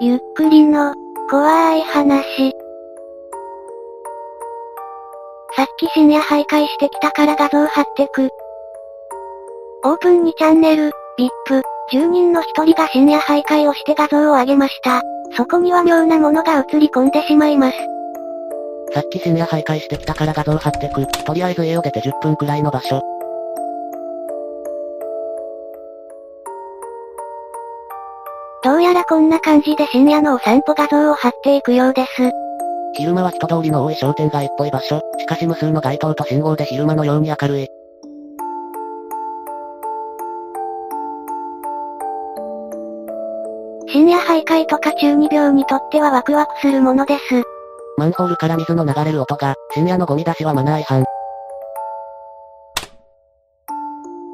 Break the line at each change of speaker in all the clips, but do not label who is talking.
ゆっくりの、怖い話。さっき深夜徘徊してきたから画像貼ってく。オープン2チャンネル、VIP、10人の1人が深夜徘徊をして画像を上げました。そこには妙なものが映り込んでしまいます。
さっき深夜徘徊してきたから画像貼ってく。とりあえず家を出て10分くらいの場所。
どうやらこんな感じで深夜のお散歩画像を貼っていくようです。
昼間は人通りの多い商店街っぽい場所。しかし無数の街灯と信号で昼間のように明るい。
深夜徘徊とか中二病にとってはワクワクするものです。
マンホールから水の流れる音が、深夜のゴミ出しはマナー違反。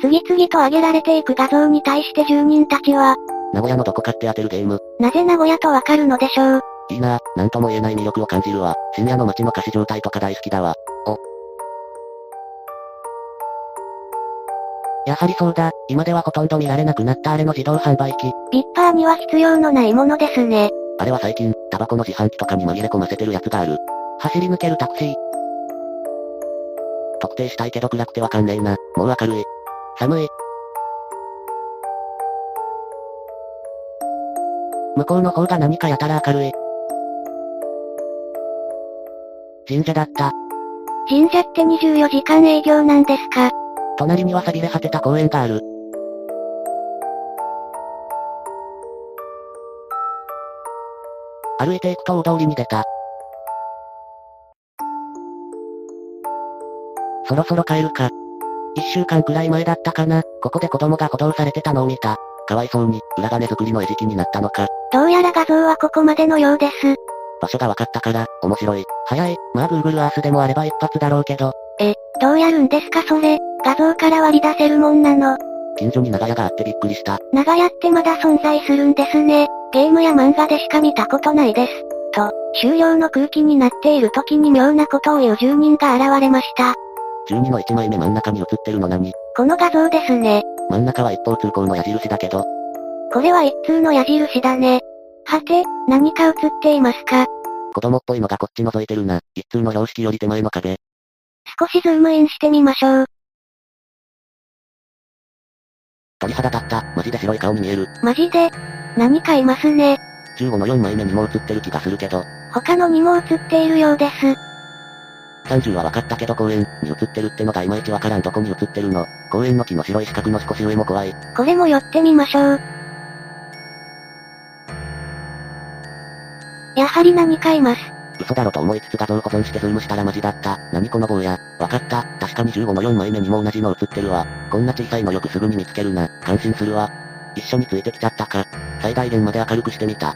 次々と上げられていく画像に対して住人たちは、
名古屋のどこかって当てるゲーム。
なぜ名古屋とわかるのでしょう。
いいなぁ、なんとも言えない魅力を感じるわ。深夜の街の歌詞状態とか大好きだわ。お。やはりそうだ、今ではほとんど見られなくなったあれの自動販売機。
ビッパーには必要のないものですね。
あれは最近、タバコの自販機とかに紛れ込ませてるやつがある。走り抜けるタクシー。特定したいけど暗くてわかんねえな。もう明るい。寒い。向こうの方が何かやたら明るい。神社だった。
神社って24時間営業なんですか
隣には錆びれ果てた公園がある。歩いていくと大通りに出た。そろそろ帰るか。一週間くらい前だったかな、ここで子供が補導されてたのを見た。かわいそうに、裏金作りの餌食になったのか。
どうやら画像はここまでのようです。
場所が分かったから、面白い。早い。まあ Google Earth でもあれば一発だろうけど、
どうやるんですかそれ。画像から割り出せるもんなの。
近所に長屋があってびっくりした。
長屋ってまだ存在するんですね。ゲームや漫画でしか見たことないです。と、終了の空気になっている時に妙なことを言う住人が現れました。
12の1枚目真ん中に映ってるの何
この画像ですね。
真ん中は一方通行の矢印だけど、
これは一通の矢印だね。はて、何か映っていますか
子供っぽいのがこっち覗いてるな。一通の様式より手前の壁。
少しズームインしてみましょう。
鳥肌立った。マジで白い顔に見える。
マジで何かいますね。
15の4枚目にも映ってる気がするけど、
他のにも映っているようです。
30は分かったけど公園に映ってるってのがいまいちわからんどこに映ってるの。公園の木の白い四角の少し上も怖い。
これも寄ってみましょう。やはり何かいます。
嘘だろと思いつつ画像保存してズームしたらマジだった。何この坊や。わかった。確かに15の4枚目にも同じの映ってるわ。こんな小さいのよくすぐに見つけるな。感心するわ。一緒についてきちゃったか。最大限まで明るくしてみた。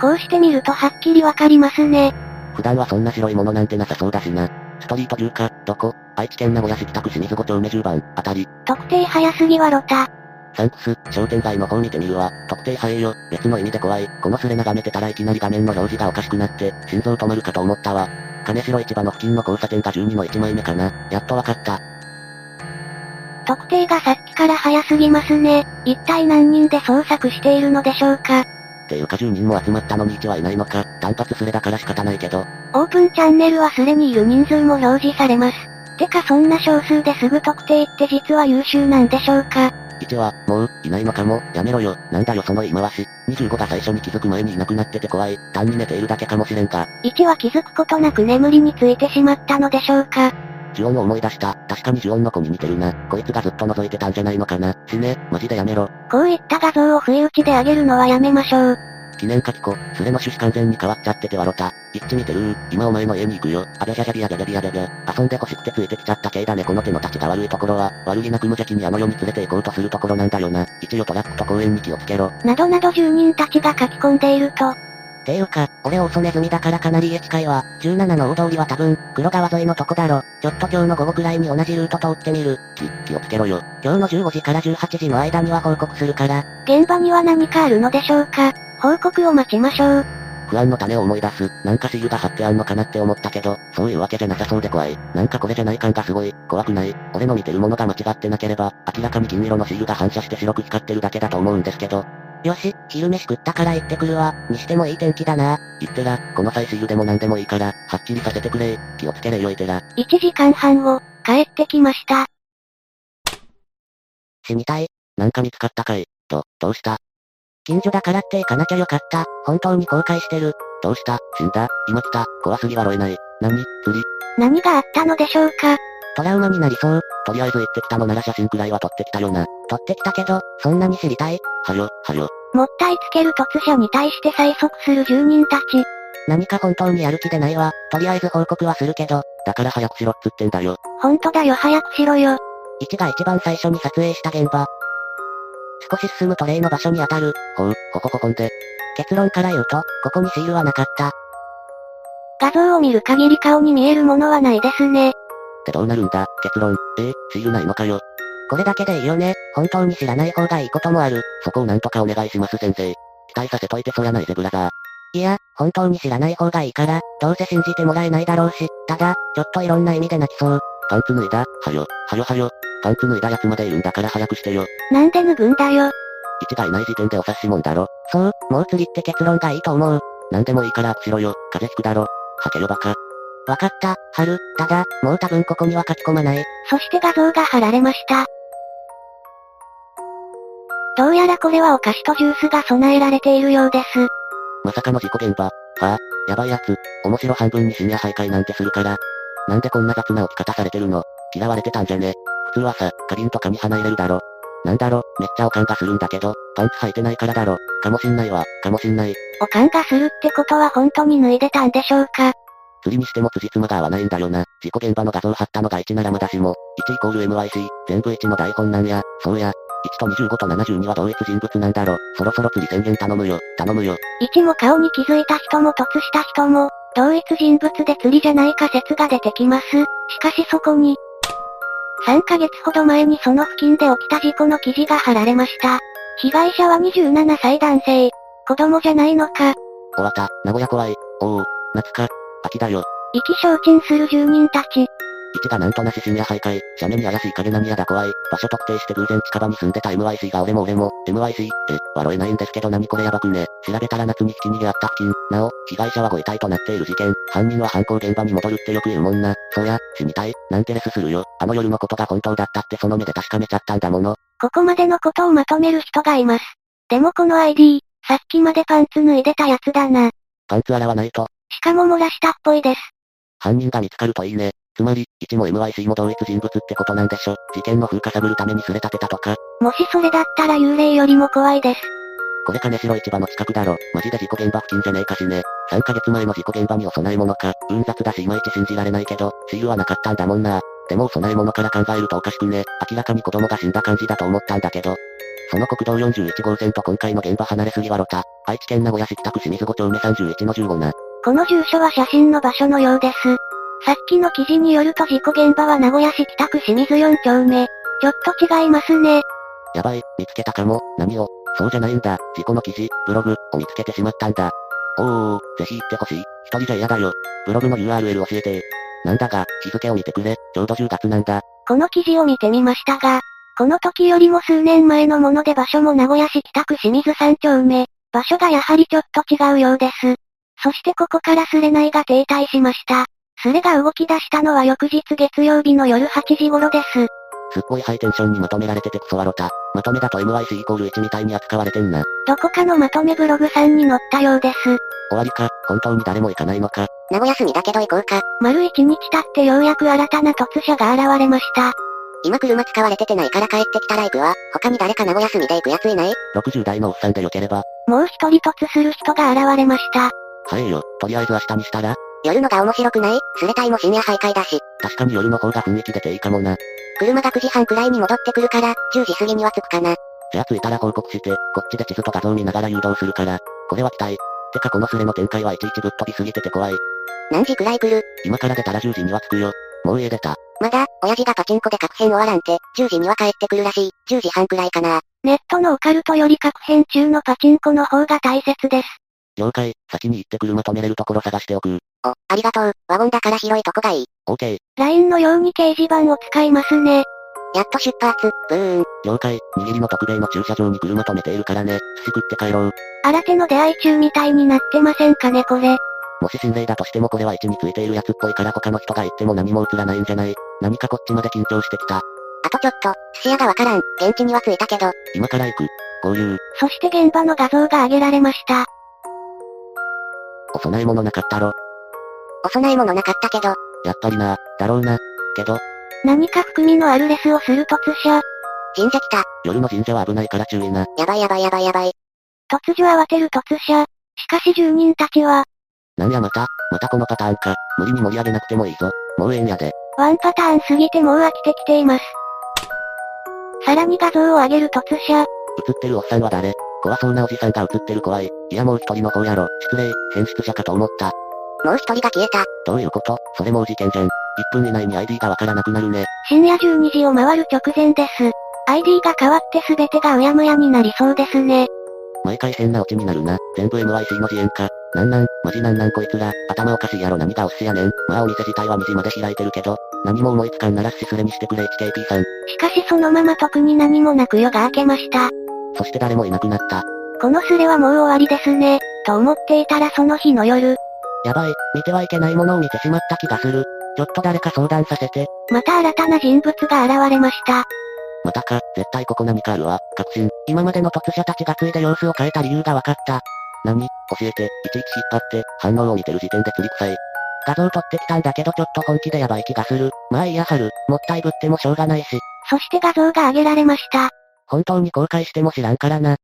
こうしてみるとはっきりわかりますね。
普段はそんな白いものなんてなさそうだしな。ストリート中か、どこ愛知県名古屋市北区清水5丁目10番、あたり。
特定早すぎはロタ。
サンクス、商店街の方見てみるわ。特定早いよ。別の意味で怖い。このスレ眺めてたらいきなり画面の表示がおかしくなって、心臓止まるかと思ったわ。金城市場の付近の交差点が12の1枚目かな。やっとわかった。
特定がさっきから早すぎますね。一体何人で捜索しているのでしょうか。
っていうか10人も集まったのに1はいないのか。単発スレだから仕方ないけど。
オープンチャンネルはすでにいる人数も表示されます。てかそんな少数ですぐ特定って実は優秀なんでしょうか。
1は、もう、いないのかも。やめろよ。なんだよその言い回し。25が最初に気づく前にいなくなってて怖い。単に寝ているだけかもしれんか。
1は気づくことなく眠りについてしまったのでしょうか。
ジュオンを思い出した。確かにジュオンの子に似てるな。こいつがずっと覗いてたんじゃないのかな。死ね、マジでやめろ。
こういった画像を不意打ちで上げるのはやめましょう。
記念書き子、スレの趣旨完全に変わっちゃってて笑った。一致見てるー。今お前の家に行くよ。あべじゃじゃびやべべびやべべ。遊んで欲しくてついてきちゃった系だね。この手の立ちが悪いところは、悪気なく無邪気にあの世に連れて行こうとするところなんだよな。一応トラックと公園に気をつけろ。
などなど住人たちが書き込んでいると、
ていうか、俺オソネズミだからかなり家近いわ。17の大通りは多分、黒川沿いのとこだろ。ちょっと今日の午後くらいに同じルート通ってみる。き、気をつけろよ。今日の15時から18時の間には報告するから。
現場には何かあるのでしょうか。報告を待ちましょう。
不安の種を思い出す。なんかシールが貼ってあんのかなって思ったけど、そういうわけじゃなさそうで怖い。なんかこれじゃない感がすごい。怖くない。俺の見てるものが間違ってなければ、明らかに金色のシールが反射して白く光ってるだけだと思うんですけど。
よし、昼飯食ったから行ってくるわ。にしてもいい天気だな。
言ってら、この際シールでも何でもいいから、はっきりさせてくれ気をつけれよいてら。
1時間半後、帰ってきました。
死にたい。
なんか見つかったかい。と、どうした
近所だからって行かなきゃよかった。本当に後悔してる。
どうした死んだ今来た。怖すぎ笑えない。何釣り
何があったのでしょうか
トラウマになりそう。
とりあえず行ってきたのなら写真くらいは撮ってきたよな。
撮ってきたけど、そんなに知りたい。
はよ、はよ。
もったいつける突者に対して催促する住人たち。
何か本当にやる気でないわ。とりあえず報告はするけど、
だから早くしろっつってんだよ。
ほんとだよ早くしろよ。
1が一番最初に撮影した現場。少し進むトレイの場所に当たる。
ほう、ほほほほんで。
結論から言うと、ここにシールはなかった。
画像を見る限り顔に見えるものはないですね。
ってどうなるんだ結論。えー、シールないのかよ。
これだけでいいよね。本当に知らない方がいいこともある。
そこをなんとかお願いします先生。期待させといてそらないぜブラザー。
いや、本当に知らない方がいいから、どうせ信じてもらえないだろうし、ただ、ちょっといろんな意味で泣きそう。
パンツ脱いだ。はよ、はよはよ。パンツ脱いだやつまでいるんだから早くしてよ。
なんで脱ぐんだよ。
一がいない時点でお察しもんだろ。
そう、もう釣りって結論がいいと思う。
なんでもいいからアップしろよ。風邪ひくだろ。はけよバカ。
わかった、春。ただ、もう多分ここには書き込まない。
そして画像が貼られました。どうやらこれはお菓子とジュースが備えられているようです。
まさかの事故現場。はあ、やばいやつ。面白半分に深夜徘徊なんてするから。なんでこんな雑な置き方されてるの嫌われてたんじゃね普通はさ、花瓶とかに花入れるだろ。なんだろ、めっちゃおかんがするんだけど、パンツ履いてないからだろ。かもしんないわ、かもしんない。
おかんがするってことは本当に脱いでたんでしょうか
釣りにしても辻褄が合わないんだよな。事故現場の画像貼ったのが1ならまだしも、1イコール MYC、全部1の台本なんや、そうや。1と25と72は同一人物なんだろ。そろそろ釣り宣言頼むよ、頼むよ。
一も顔に気づいた人も突した人も、同一人物で釣りじゃないか説が出てきます。しかしそこに、3ヶ月ほど前にその付近で起きた事故の記事が貼られました。被害者は27歳男性。子供じゃないのか、
終わった、名古屋怖い。おお、夏か、秋だよ。
意気消沈する住人たち。
1がなんとなし深夜徘徊、斜面に怪しい影何やだ怖い、場所特定して偶然近場に住んでた MYC が俺も俺も、MYC、え、笑えないんですけど何これやばくね、調べたら夏にひき逃げあった付近、なお、被害者はご遺体となっている事件、犯人は犯行現場に戻るってよく言うもんな、そりゃ、死にたい、なんてレスするよ、あの夜のことが本当だったってその目で確かめちゃったんだもの、
ここまでのことをまとめる人がいます。でもこの ID、さっきまでパンツ脱いでたやつだな。
パンツ洗わないと、
しかも漏らしたっぽいです。
犯人が見つかるといいね。つまり、1も MYC も同一人物ってことなんでしょ。事件の風化探るためにすれ立てたとか。
もしそれだったら幽霊よりも怖いです。
これ金城市場の近くだろ。マジで事故現場付近じゃねえかしね。3ヶ月前の事故現場にお供え物か。うん雑だしいまいち信じられないけど、シールはなかったんだもんな。でもお供え物から考えるとおかしくね。明らかに子供が死んだ感じだと思ったんだけど。その国道41号線と今回の現場離れすぎはろた。愛知県名古屋市北区清水5丁目31の15な。
この住所は写真の場所のようです。さっきの記事によると事故現場は名古屋市北区清水4丁目。ちょっと違いますね。
やばい、見つけたかも、何を。そうじゃないんだ、事故の記事、ブログ、を見つけてしまったんだ。おーおーおー、ぜひ行ってほしい。一人じゃ嫌だよ。ブログの URL 教えて。なんだが、日付を見てくれ、ちょうど10月なんだ。
この記事を見てみましたが、この時よりも数年前のもので場所も名古屋市北区清水3丁目。場所がやはりちょっと違うようです。そしてここからスレないが停滞しました。スレが動き出したのは翌日月曜日の夜8時頃です。
すっごいハイテンションにまとめられててクソワロタ。まとめだと MYC イコール1みたいに扱われてんな。
どこかのまとめブログさんに載ったようです。
終わりか、本当に誰も行かないのか。
名古屋住みだけど行こうか。
丸一日経ってようやく新たな突者が現れました。
今車使われててないから帰ってきたら行くわ。他に誰か名古屋住みで行くやついない
60代のおっさんでよければ。
もう一人突する人が現れました。
早えよ、とりあえず明日にしたら
夜のが面白くないすれたいも深夜徘徊だし。
確かに夜の方が雰囲気出ていいかもな。
車が9時半くらいに戻ってくるから、10時過ぎには着くかな。
じゃあ着いたら報告して、こっちで地図と画像見ながら誘導するから。これは期待。てかこのスレの展開はいちいちぶっ飛びすぎてて怖い。
何時くらい来る
今から出たら10時には着くよ。もう家出た。
まだ、親父がパチンコで各編終わらんて、10時には帰ってくるらしい。10時半くらいかな。
ネットのオカルトより各編中のパチンコの方が大切です。
了解、先に行って車止めれるところ探しておく。
お、ありがとう。ワゴンだから広いとこがいい。
オーケー。
LINE のように掲示板を使いますね。やっと出発、ブーン。
了解、握りの特米の駐車場に車止めているからね、寿司食って帰ろう。
新手の出会い中みたいになってませんかねこれ。
もし心霊だとしてもこれは位置についているやつっぽいから他の人が言っても何も映らないんじゃない何かこっちまで緊張してきた。
あとちょっと、寿司屋がわからん。現地には着いたけど。
今から行く。こういう、
そして現場の画像が上げられました。
お供え物なかったろ。
お供え物なかったけど、
やっぱりな、だろうな。けど、
何か含みのあるレスをする突射。神社来た。
夜の神社は危ないから注意な。
やばいやばいやばいやばい。突如慌てる突射。しかし住人たちは、
なんやまた、またこのパターンか。無理に盛り上げなくてもいいぞ。もうええんやで。
ワンパターン過ぎてもう飽きてきています。さらに画像を上げる突射。
映ってるおっさんは誰怖そうなおじさんが映ってる怖い。いやもう一人の方やろ。失礼、変質者かと思った。
もう一人が消えた。
どういうことそれもう事件じゃん。1分以内に ID がわからなくなるね。
深夜12時を回る直前です。ID が変わって全てがうやむやになりそうですね。
毎回変なオチになるな。全部 MYC の自演か。なんなん、マジなんなんこいつら、頭おかしいやろ何がお寿司やねん。まあお店自体は2時まで開いてるけど、何も思いつかんなら寿司すれにしてくれ HKP さん。
しかしそのまま特に何もなく夜が明けました。
そして誰もいなくなった。
このスレはもう終わりですね。と思っていたらその日の夜、
やばい、見てはいけないものを見てしまった気がする。ちょっと誰か相談させて。
また新たな人物が現れました。
またか、絶対ここ何かあるわ。確信。
今までの突者たちがついで様子を変えた理由が分かった。
何教えて、いちいち引っ張って、反応を見てる時点で釣り臭い。
画像撮ってきたんだけどちょっと本気でやばい気がする。まあいいや春、もったいぶってもしょうがないし、
そして画像が上げられました。
本当に公開しても知らんからな。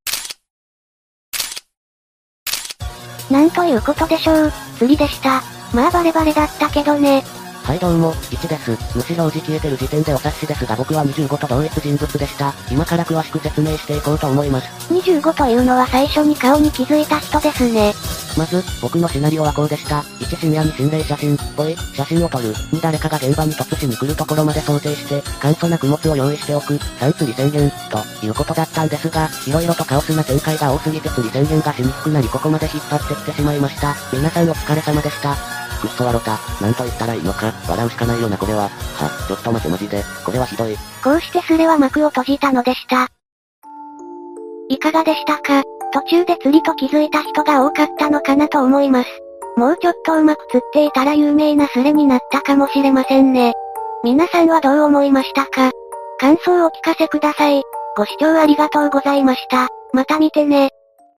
なんということでしょう。釣りでした。まあバレバレだったけどね。
はいどうも、1です。むしろおじ消えてる時点でお察しですが僕は25と同一人物でした。今から詳しく説明していこうと思います。
25というのは最初に顔に気づいた人ですね。
まず、僕のシナリオはこうでした。1深夜に心霊写真、ぽい、写真を撮る。2誰かが現場に突死に来るところまで想定して、簡素な供物を用意しておく。3釣り宣言、ということだったんですが、色々とカオスな展開が多すぎて釣り宣言がしにくくなりここまで引っ張ってきてしまいました。皆さんお疲れ様でした。
くっそ笑った。なんと言ったらいいのか、笑うしかないよなこれは。は、ちょっと待てマジで。これはひどい。
こうしてスレは幕を閉じたのでした。いかがでしたか途中で釣りと気づいた人が多かったのかなと思います。もうちょっとうまく釣っていたら有名なスレになったかもしれませんね。皆さんはどう思いましたか感想をお聞かせください。ご視聴ありがとうございました。また見てね。